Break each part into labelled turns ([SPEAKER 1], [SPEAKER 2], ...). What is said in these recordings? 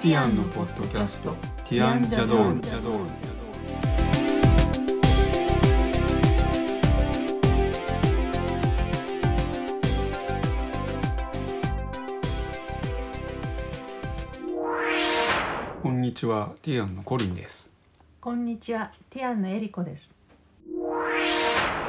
[SPEAKER 1] ッドキャスト「ティアンジャドール」こんにちはティアンのコリンです
[SPEAKER 2] こんにちは、ティアンのエリコです。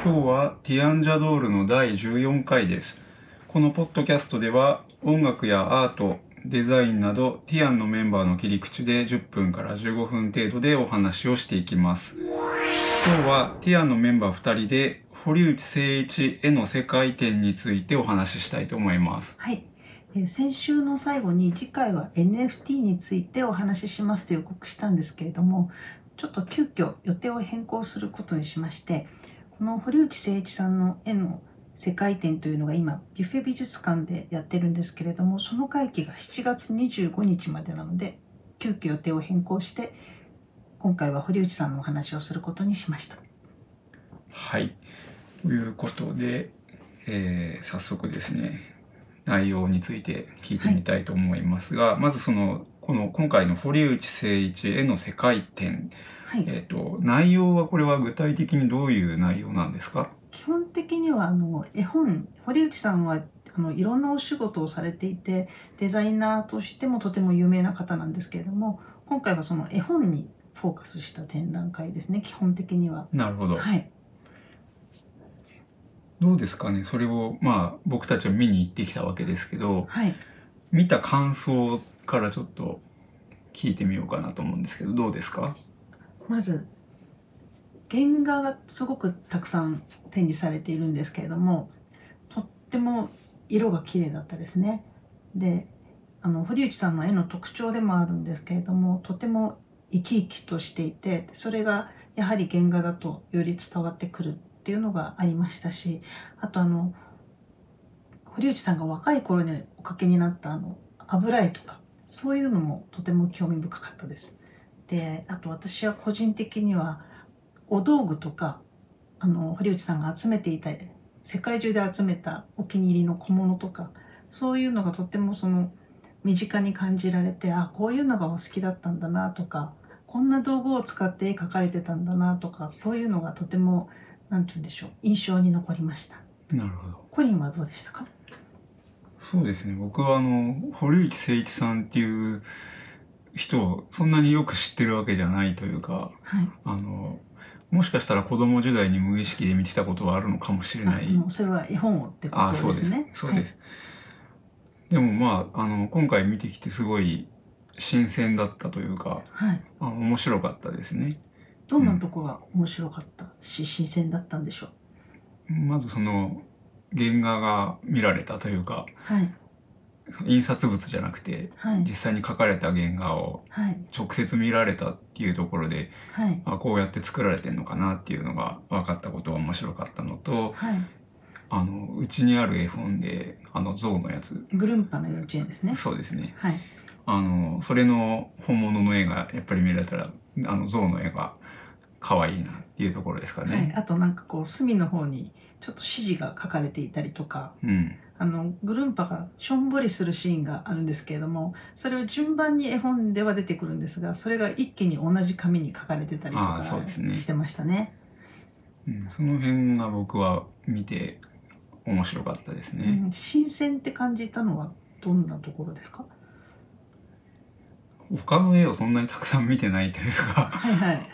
[SPEAKER 1] 今日はティアンジャドールの第14回ですこのポッドキャストでは音楽やアートデザインなどティアンのメンバーの切り口で10分から15分程度でお話をしていきます今日はティアンのメンバー2人で堀内誠一絵の世界展についてお話ししたいと思います
[SPEAKER 2] はい。えー先週の最後に次回は NFT についてお話ししますと予告したんですけれども、ちょっと急遽予定を変更することにしまして、この堀内誠一さんの絵の世界展というのが今、ビュッフェ美術館でやってるんですけれども、その会期が7月25日までなので、急遽予定を変更して、今回は堀内さんのお話をすることにしました。
[SPEAKER 1] はいということで、えー早速ですね内容について聞いてみたいと思いますが、まずそのこの今回の堀内誠一絵の世界展、
[SPEAKER 2] はい。
[SPEAKER 1] えー、と内容はこれは具体的にどういう内容なんですか
[SPEAKER 2] 基本的にはあの絵本堀内さんはあのいろんなお仕事をされていてデザイナーとしてもとても有名な方なんですけれども今回はその絵本にフォーカスした展覧会ですね基本的には。
[SPEAKER 1] なるほど、
[SPEAKER 2] はい、
[SPEAKER 1] どうですかねそれをまあ僕たちは見に行ってきたわけですけど
[SPEAKER 2] はい、
[SPEAKER 1] 見た感想からちょっと聞いてみようかなと思うんですけどどうですか
[SPEAKER 2] まず原画がすごくたくさん展示されているんですけれどもとっても色が綺麗だったですね。であの堀内さんの絵の特徴でもあるんですけれどもとても生き生きとしていてそれがやはり原画だとより伝わってくるっていうのがありましたしあとあの堀内さんが若い頃におかけになったあの油絵とかそういうのもとても興味深かったです。であと私は個人的にはお道具とかあの堀内さんが集めていた世界中で集めたお気に入りの小物とかそういうのがとってもその身近に感じられてあこういうのがお好きだったんだなとかこんな道具を使って絵描かれてたんだなとかそういうのがとても何て言うんでしょう印象に残りました。
[SPEAKER 1] なるほど
[SPEAKER 2] コリンはどうでしたか
[SPEAKER 1] そうですね僕はあの堀内誠一さんっていう人をそんなによく知ってるわけじゃないというか
[SPEAKER 2] はい、
[SPEAKER 1] あのもしかしたら子供時代に無意識で見てたことはあるのかもしれない
[SPEAKER 2] あもうそれは絵本をってこ
[SPEAKER 1] ああ
[SPEAKER 2] と
[SPEAKER 1] そう
[SPEAKER 2] で
[SPEAKER 1] ですす
[SPEAKER 2] ね。
[SPEAKER 1] そうです、でもまああの今回見てきてすごい新鮮だったというか
[SPEAKER 2] はい、はい
[SPEAKER 1] あ面白かったですね
[SPEAKER 2] どんなとこが面白かったし、新鮮だったんでしょう。
[SPEAKER 1] まずその原画が見られたというか
[SPEAKER 2] はい、
[SPEAKER 1] 印刷物じゃなくて
[SPEAKER 2] はい
[SPEAKER 1] 実、際に描かれた原画を
[SPEAKER 2] はい、
[SPEAKER 1] 直接見られたっていうところで
[SPEAKER 2] はい、
[SPEAKER 1] あこうやって作られてるのかなっていうのが分かったことは面白かったのと
[SPEAKER 2] はい。
[SPEAKER 1] あのうちにある絵本であの象のやつ
[SPEAKER 2] グルンパの幼稚園ですね。
[SPEAKER 1] そうですね
[SPEAKER 2] はい、
[SPEAKER 1] あのそれの本物の絵がやっぱり見られたらあの象の絵が可愛いなっていうところですかね、
[SPEAKER 2] はい、あとなんかこう隅の方にちょっと指示が書かれていたりとか。
[SPEAKER 1] うん
[SPEAKER 2] あのグルンパがしょんぼりするシーンがあるんですけれどもそれを順番に絵本では出てくるんですがそれが一気に同じ紙に書かれてたりと
[SPEAKER 1] あー
[SPEAKER 2] か
[SPEAKER 1] そうですね
[SPEAKER 2] してましたね。
[SPEAKER 1] うん、その辺が僕は見て面白かったですね、
[SPEAKER 2] うん新鮮って感じたのはどんなところですか
[SPEAKER 1] 他の絵をそんなにたくさん見てないというか
[SPEAKER 2] はいはい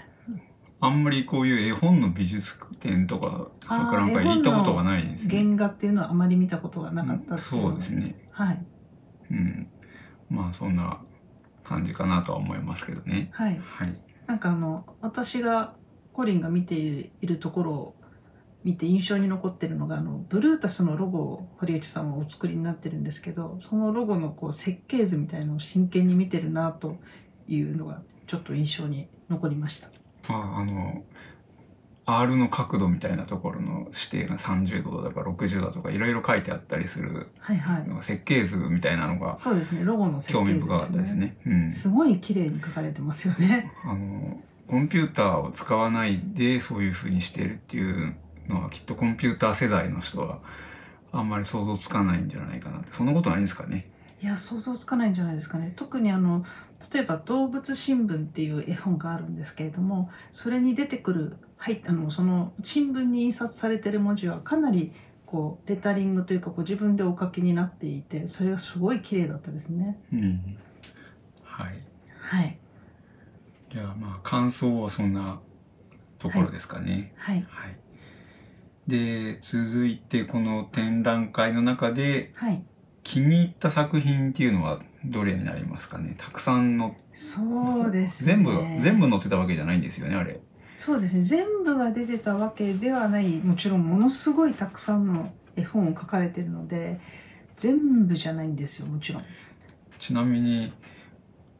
[SPEAKER 1] あんまりこういう絵本の美術展とか
[SPEAKER 2] あー
[SPEAKER 1] 博覧会行ったことがないですね
[SPEAKER 2] 原画っていうのはあまり見たことがなかったっていの
[SPEAKER 1] そうですね
[SPEAKER 2] はい
[SPEAKER 1] うんまあそんな感じかなとは思いますけどね
[SPEAKER 2] はい
[SPEAKER 1] はい
[SPEAKER 2] なんかあの私がコリンが見ているところを見て印象に残ってるのがあのブルータスのロゴを堀内さんはお作りになってるんですけどそのロゴのこう設計図みたいのを真剣に見てるなというのがちょっと印象に残りました。
[SPEAKER 1] ああの R の角度みたいなところの指定が30度だとか60度だとかいろいろ書いてあったりする
[SPEAKER 2] はいはい、
[SPEAKER 1] のが設計図みたいなのが
[SPEAKER 2] そうですねロゴの設
[SPEAKER 1] 興
[SPEAKER 2] 計
[SPEAKER 1] 味
[SPEAKER 2] 図ですね。
[SPEAKER 1] 深かったです。ね。うん、
[SPEAKER 2] すごい綺麗に描かれてますよね。
[SPEAKER 1] あのコンピューターを使わないでそういう風にしてるっていうのはきっとコンピューター世代の人はあんまり想像つかないんじゃないかなってそんなことないんですかね。
[SPEAKER 2] いや想像つかないんじゃないですかね特にあの例えば「動物新聞」っていう絵本があるんですけれどもそれに出てくる、はい、あのその新聞に印刷されてる文字はかなりこうレタリングというかこう自分でお書きになっていてそれがすごい綺麗だったですね。
[SPEAKER 1] うん。はい。
[SPEAKER 2] はい、
[SPEAKER 1] じゃあまあ感想はそんなところですかね。
[SPEAKER 2] はい、
[SPEAKER 1] はい。で続いてこの展覧会の中で
[SPEAKER 2] はい
[SPEAKER 1] 気に入った作品っていうのはどれになりますかね。たくさんの
[SPEAKER 2] そうですね。
[SPEAKER 1] 全部全部載ってたわけじゃないんですよねあれ。
[SPEAKER 2] そうですね全部が出てたわけではないもちろんものすごいたくさんの絵本を書かれてるので全部じゃないんですよもちろん
[SPEAKER 1] ちなみに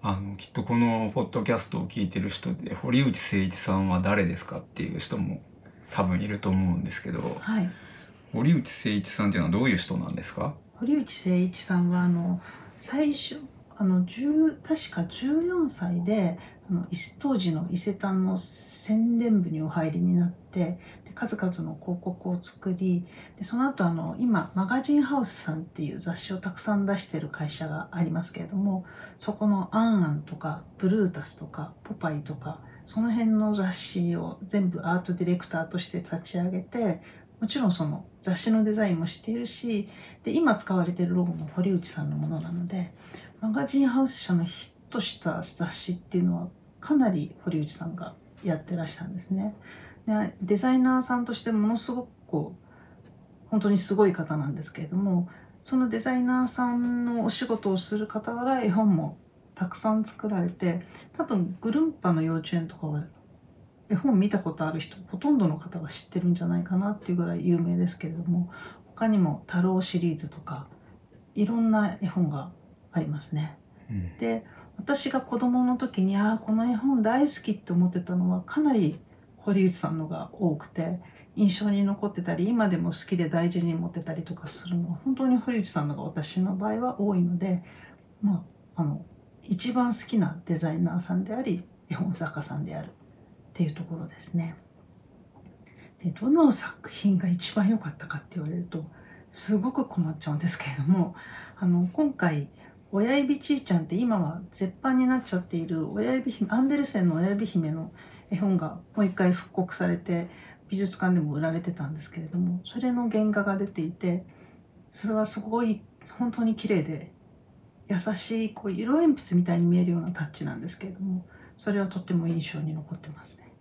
[SPEAKER 1] あのきっとこのポッドキャストを聞いてる人で堀内誠一さんは誰ですかっていう人も多分いると思うんですけど
[SPEAKER 2] はい
[SPEAKER 1] 堀内誠一さんっていうのはどういう人なんですか
[SPEAKER 2] 堀内誠一さんはあの最初あの10確か14歳であの伊勢当時の伊勢丹の宣伝部にお入りになってで数々の広告を作りでその後あの今マガジンハウスさんっていう雑誌をたくさん出してる会社がありますけれどもそこの「アンアン」とか「ブルータス」とか「ポパイ」とかその辺の雑誌を全部アートディレクターとして立ち上げてもちろんその雑誌のデザインもしているしで今使われているロゴも堀内さんのものなのでマガジンハウス社のヒットした雑誌っていうのはかなり堀内さんがやってらしたんですね。でデザイナーさんとしてものすごくこう本当にすごい方なんですけれどもそのデザイナーさんのお仕事をする傍ら絵本もたくさん作られて多分グルンパの幼稚園とかは絵本見たことある人ほとんどの方が知ってるんじゃないかなっていうぐらい有名ですけれども他にも「太郎」シリーズとかいろんな絵本がありますね。
[SPEAKER 1] うん
[SPEAKER 2] で私が子供の時にああこの絵本大好きって思ってたのはかなり堀内さんのが多くて印象に残ってたり今でも好きで大事に持ってたりとかするのは本当に堀内さんのが私の場合は多いのでまああの一番好きなデザイナーさんであり絵本作家さんであるっていうところですね。でどの作品が一番良かったかって言われるとすごく困っちゃうんですけれどもあの今回親指ちいちゃんって今は絶版になっちゃっている親指姫アンデルセンの親指姫の絵本がもう一回復刻されて美術館でも売られてたんですけれどもそれの原画が出ていてそれはすごい本当に綺麗で優しいこう色鉛筆みたいに見えるようなタッチなんですけれどもそれはとっても印象に残ってますね。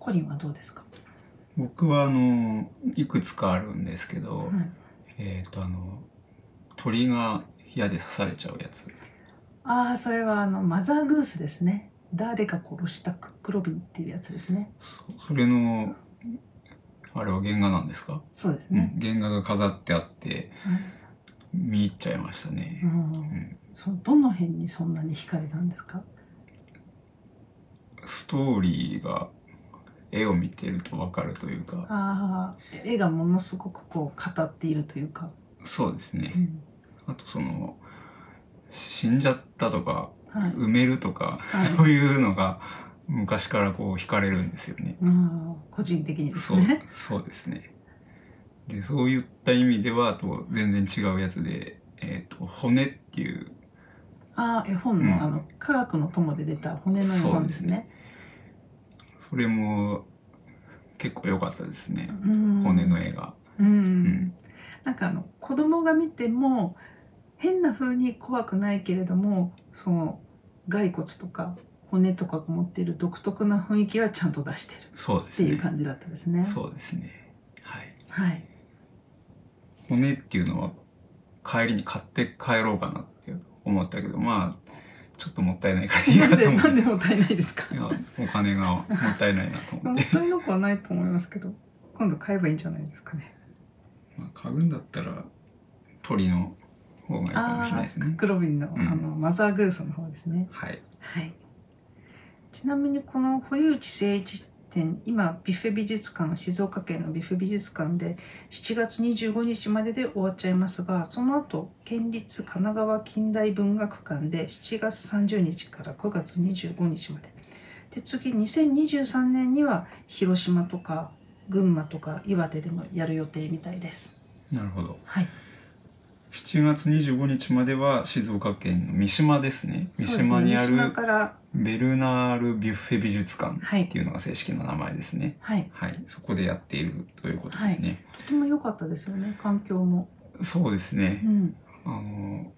[SPEAKER 2] コリンはどうですか、
[SPEAKER 1] 僕はあのいくつかあるんですけど、
[SPEAKER 2] うん
[SPEAKER 1] えっ、とあの鳥が矢で刺されちゃうやつ
[SPEAKER 2] ああそれはあのマザーグースですね。誰が殺したクックロビンっていうやつですね。
[SPEAKER 1] そそれのあれは原画なんですか、
[SPEAKER 2] そうです
[SPEAKER 1] う
[SPEAKER 2] ね。
[SPEAKER 1] ん、原画が飾ってあって
[SPEAKER 2] はい
[SPEAKER 1] 見入っちゃいましたね、
[SPEAKER 2] うん、そどの辺にそんなに惹かれたんですか
[SPEAKER 1] ストーリーが絵を見てるとわかるというか
[SPEAKER 2] ああ絵がものすごくこう語っているというか、
[SPEAKER 1] そうです
[SPEAKER 2] う
[SPEAKER 1] ね、
[SPEAKER 2] ん
[SPEAKER 1] あとその死んじゃったとか
[SPEAKER 2] はい
[SPEAKER 1] 埋めるとか、
[SPEAKER 2] はい
[SPEAKER 1] そういうのが昔からこう惹かれるんですよね。
[SPEAKER 2] うん、個人的にです
[SPEAKER 1] そう
[SPEAKER 2] ね。
[SPEAKER 1] そうですねでそういった意味ではあと全然違うやつで「えー、と骨」っていう
[SPEAKER 2] ああ絵本
[SPEAKER 1] うん
[SPEAKER 2] のあの「科学の友」で出た骨の絵本ですね。
[SPEAKER 1] それも結構良かったですね、
[SPEAKER 2] うん
[SPEAKER 1] 骨の絵が。
[SPEAKER 2] うん
[SPEAKER 1] ん
[SPEAKER 2] なんかあの子供が見ても変な風に怖くないけれどもその骸骨とか骨とかが持っている独特な雰囲気はちゃんと出してる
[SPEAKER 1] そうで
[SPEAKER 2] っ
[SPEAKER 1] す
[SPEAKER 2] てい
[SPEAKER 1] ね
[SPEAKER 2] う。感じだったですね。
[SPEAKER 1] そうですねはい
[SPEAKER 2] はい、
[SPEAKER 1] 骨っていうのは帰りに買って帰ろうかなって思ったけどまあちょっともったいないからいい
[SPEAKER 2] な
[SPEAKER 1] か
[SPEAKER 2] んで
[SPEAKER 1] と思っ
[SPEAKER 2] な
[SPEAKER 1] て
[SPEAKER 2] んでもったいないですか
[SPEAKER 1] いやお金がもったいないなと思
[SPEAKER 2] も
[SPEAKER 1] っ、
[SPEAKER 2] ってたいなくはないと思いますけど今度買えばいいんじゃないですかね
[SPEAKER 1] まあ、買うんだったら鳥の方がいいかもしれないですね
[SPEAKER 2] 黒瓶の,、
[SPEAKER 1] ん
[SPEAKER 2] あのマザーグースの方ですね
[SPEAKER 1] はい
[SPEAKER 2] はいちなみにこの堀内誠一展今ビュッフェ美術館静岡県のビュッフェ美術館で7月25日までで終わっちゃいますがその後県立神奈川近代文学館で7月30日から9月25日までで次2023年には広島とか群馬とか岩手でもやる予定みたいです
[SPEAKER 1] なるほど
[SPEAKER 2] はい
[SPEAKER 1] 7月25日までは静岡県の三島ですね三
[SPEAKER 2] そうですね
[SPEAKER 1] 島にあ
[SPEAKER 2] 三島
[SPEAKER 1] る
[SPEAKER 2] から
[SPEAKER 1] ベルナール・ビュッフェ美術館
[SPEAKER 2] は
[SPEAKER 1] っ
[SPEAKER 2] い
[SPEAKER 1] ていうのが正式な名前ですね
[SPEAKER 2] はい
[SPEAKER 1] はいそこでやっているということですね、
[SPEAKER 2] とても良かったですよね環境も、
[SPEAKER 1] そうです
[SPEAKER 2] う
[SPEAKER 1] ね
[SPEAKER 2] ん、
[SPEAKER 1] あの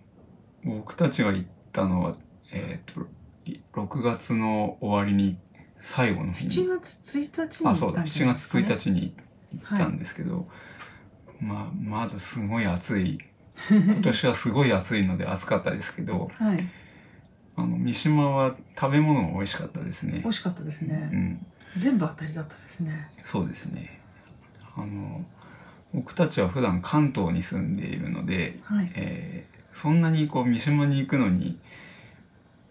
[SPEAKER 1] 僕たちが行ったのはえっ、とい6月の終わりに最後の日に
[SPEAKER 2] 7月1日に
[SPEAKER 1] あそうだ
[SPEAKER 2] んじゃ
[SPEAKER 1] 7
[SPEAKER 2] ないです
[SPEAKER 1] 月
[SPEAKER 2] か
[SPEAKER 1] 1
[SPEAKER 2] ね
[SPEAKER 1] 日に行ったんですけど、まあまだすごい暑い今年はすごい暑いので暑かったですけど
[SPEAKER 2] はい
[SPEAKER 1] あの三島は食べ物も美味しかったですね
[SPEAKER 2] 美。味しかったです
[SPEAKER 1] う
[SPEAKER 2] ね、
[SPEAKER 1] ん、
[SPEAKER 2] 全部当たりだったですね
[SPEAKER 1] そうですね。あの僕たちは普段関東に住んでいるので、
[SPEAKER 2] はい
[SPEAKER 1] えーそんなにこう三島に行くのに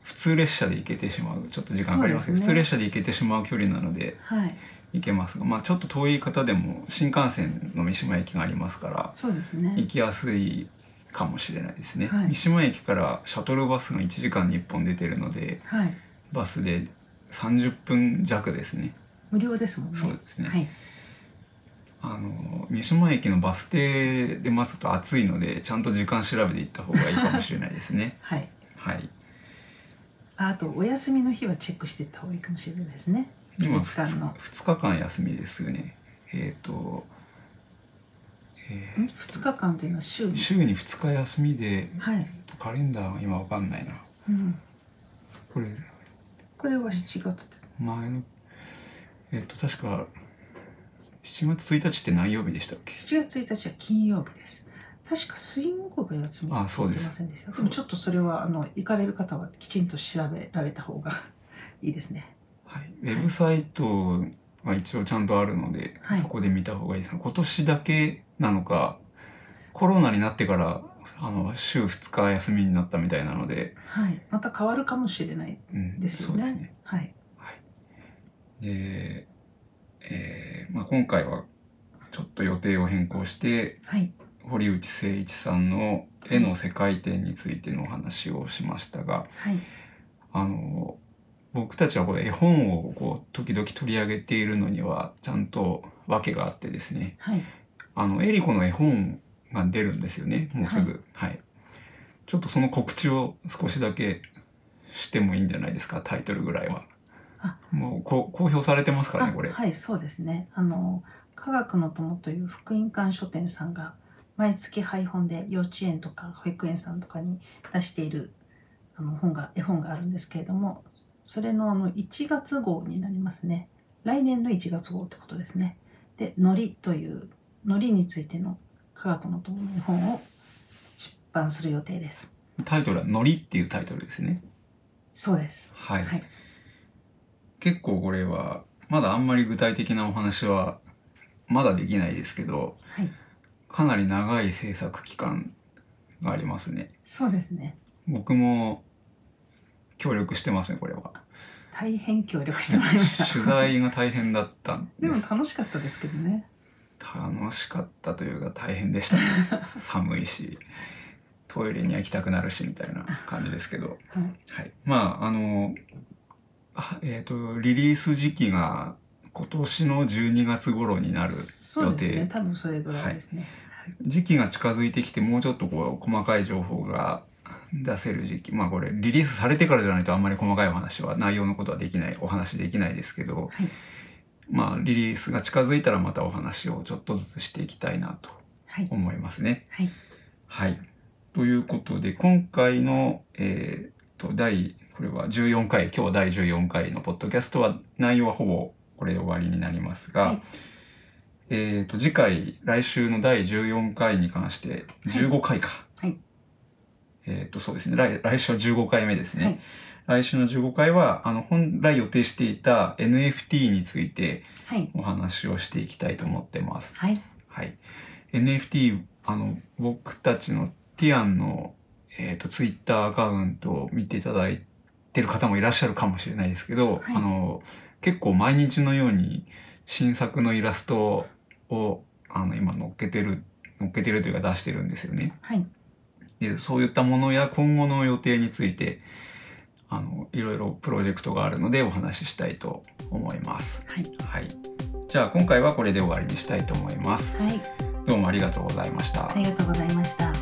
[SPEAKER 1] 普通列車で行けてしまうちょっと時間かかりますけど
[SPEAKER 2] そうですね
[SPEAKER 1] 普通列車で行けてしまう距離なので
[SPEAKER 2] はい
[SPEAKER 1] 行けますが、まあ、ちょっと遠い方でも新幹線の三島駅がありますから
[SPEAKER 2] そうです
[SPEAKER 1] 行
[SPEAKER 2] ね
[SPEAKER 1] きやすいかもしれないですね、
[SPEAKER 2] はい
[SPEAKER 1] 三島駅からシャトルバスが1時間に1本出てるので
[SPEAKER 2] はい
[SPEAKER 1] バスで30分弱ですね。
[SPEAKER 2] 無料ですもんね
[SPEAKER 1] そうですね、
[SPEAKER 2] はい
[SPEAKER 1] あの三島駅のバス停で待つと暑いのでちゃんと時間調べて行った方がいいかもしれないです ね
[SPEAKER 2] はい
[SPEAKER 1] はい
[SPEAKER 2] ああとお休みの日はチェックしていった方がいいかもしれないですね美
[SPEAKER 1] 今
[SPEAKER 2] 術館
[SPEAKER 1] 2,
[SPEAKER 2] の
[SPEAKER 1] 日間休みですよねえっ、と、えー
[SPEAKER 2] 2日間というのは週に
[SPEAKER 1] 週に2日休みで
[SPEAKER 2] はい、
[SPEAKER 1] カレンダーが今わかんないな
[SPEAKER 2] うん、
[SPEAKER 1] これ
[SPEAKER 2] これは7月で
[SPEAKER 1] 前のえっ、と確か7月1日って何曜日でしたっけ
[SPEAKER 2] 7月1日は金曜日です確か水木が休み
[SPEAKER 1] あそうです
[SPEAKER 2] いませんでしたでもちょっとそれはあの行かれる方はきちんと調べられた方が いいですね
[SPEAKER 1] はい、ウェブサイトは一応ちゃんとあるので、
[SPEAKER 2] はい
[SPEAKER 1] そこで見た方がいいです今年だけなのかコロナになってからあの週2日休みになったみたいなので、
[SPEAKER 2] はいまた変わるかもしれない
[SPEAKER 1] うん
[SPEAKER 2] ですよね
[SPEAKER 1] そうですね
[SPEAKER 2] はい
[SPEAKER 1] で、えーまあ、今回はちょっと予定を変更して
[SPEAKER 2] はい
[SPEAKER 1] 堀内誠一さんの絵の世界展についてのお話をしましたが、
[SPEAKER 2] はい
[SPEAKER 1] あの僕たちはこれ絵本をこう時々取り上げているのにはちゃんと訳があってですね
[SPEAKER 2] はい
[SPEAKER 1] あのエリコの絵本が出るんですよねもうすぐはい、ちょっとその告知を少しだけしてもいいんじゃないですかタイトルぐらいは
[SPEAKER 2] あ
[SPEAKER 1] もうこ公表されてますからねこれ
[SPEAKER 2] あはいそうですねあの科学の友という福音館書店さんが毎月配本で幼稚園とか保育園さんとかに出しているあの本が絵本があるんですけれどもそれのあの1月号になりますね来年の1月号ってことですねで「のり」というのりについての科学の友の絵本を出版する予定です
[SPEAKER 1] タイトルは「のり」っていうタイトルですね
[SPEAKER 2] そうです
[SPEAKER 1] はい、
[SPEAKER 2] はい
[SPEAKER 1] 結構これはまだあんまり具体的なお話はまだできないですけど
[SPEAKER 2] はい
[SPEAKER 1] かなり長い制作期間がありますね
[SPEAKER 2] そうですね
[SPEAKER 1] 僕も協力してますねこれは
[SPEAKER 2] 大変協力してもらいまし た
[SPEAKER 1] 取材が大変だったんで
[SPEAKER 2] でも
[SPEAKER 1] す
[SPEAKER 2] 楽しかったですけどね
[SPEAKER 1] 楽しかったというか大変でしたね寒いしトイレには行きたくなるしみたいな感じですけど、
[SPEAKER 2] はい
[SPEAKER 1] はい、まああのあえっ、とリリース時期が今年の12月頃になる
[SPEAKER 2] そうです
[SPEAKER 1] 予定
[SPEAKER 2] ね多分それぐらいですね、
[SPEAKER 1] 時期が近づいてきてもうちょっとこう細かい情報が出せる時期まあこれリリースされてからじゃないとあんまり細かいお話は内容のことはできないお話できないですけど、
[SPEAKER 2] はい
[SPEAKER 1] まあリリースが近づいたらまたお話をちょっとずつしていきたいなと
[SPEAKER 2] はい
[SPEAKER 1] 思いますね。
[SPEAKER 2] はい
[SPEAKER 1] はい、ということで今回の、えー、と第これは14回今日第14回のポッドキャストは内容はほぼこれで終わりになりますが、
[SPEAKER 2] はい
[SPEAKER 1] えー、と次回来週の第14回に関して15回か、
[SPEAKER 2] はい
[SPEAKER 1] えー、とそうですね来来週は15回目ですね。
[SPEAKER 2] はい
[SPEAKER 1] 来週の15回はあの本来予定していた NFT について
[SPEAKER 2] はい
[SPEAKER 1] お話をしていきたいと思ってます。
[SPEAKER 2] はい
[SPEAKER 1] はい、NFT あの僕たちのティアンの、えー、とツイッターアカウントを見ていただいてる方もいらっしゃるかもしれないですけど、
[SPEAKER 2] はい
[SPEAKER 1] あの結構毎日のように新作のイラストをあの今載っけてる載っけてるというか出してるんですよね。
[SPEAKER 2] はい
[SPEAKER 1] でそういったものや今後の予定についてあのいろいろプロジェクトがあるのでお話ししたいと思います。
[SPEAKER 2] はい
[SPEAKER 1] はい、じゃあ今回はこれで終わりにしたいと思います。
[SPEAKER 2] はい
[SPEAKER 1] どうもありがとうございました
[SPEAKER 2] あ。りがとうございました、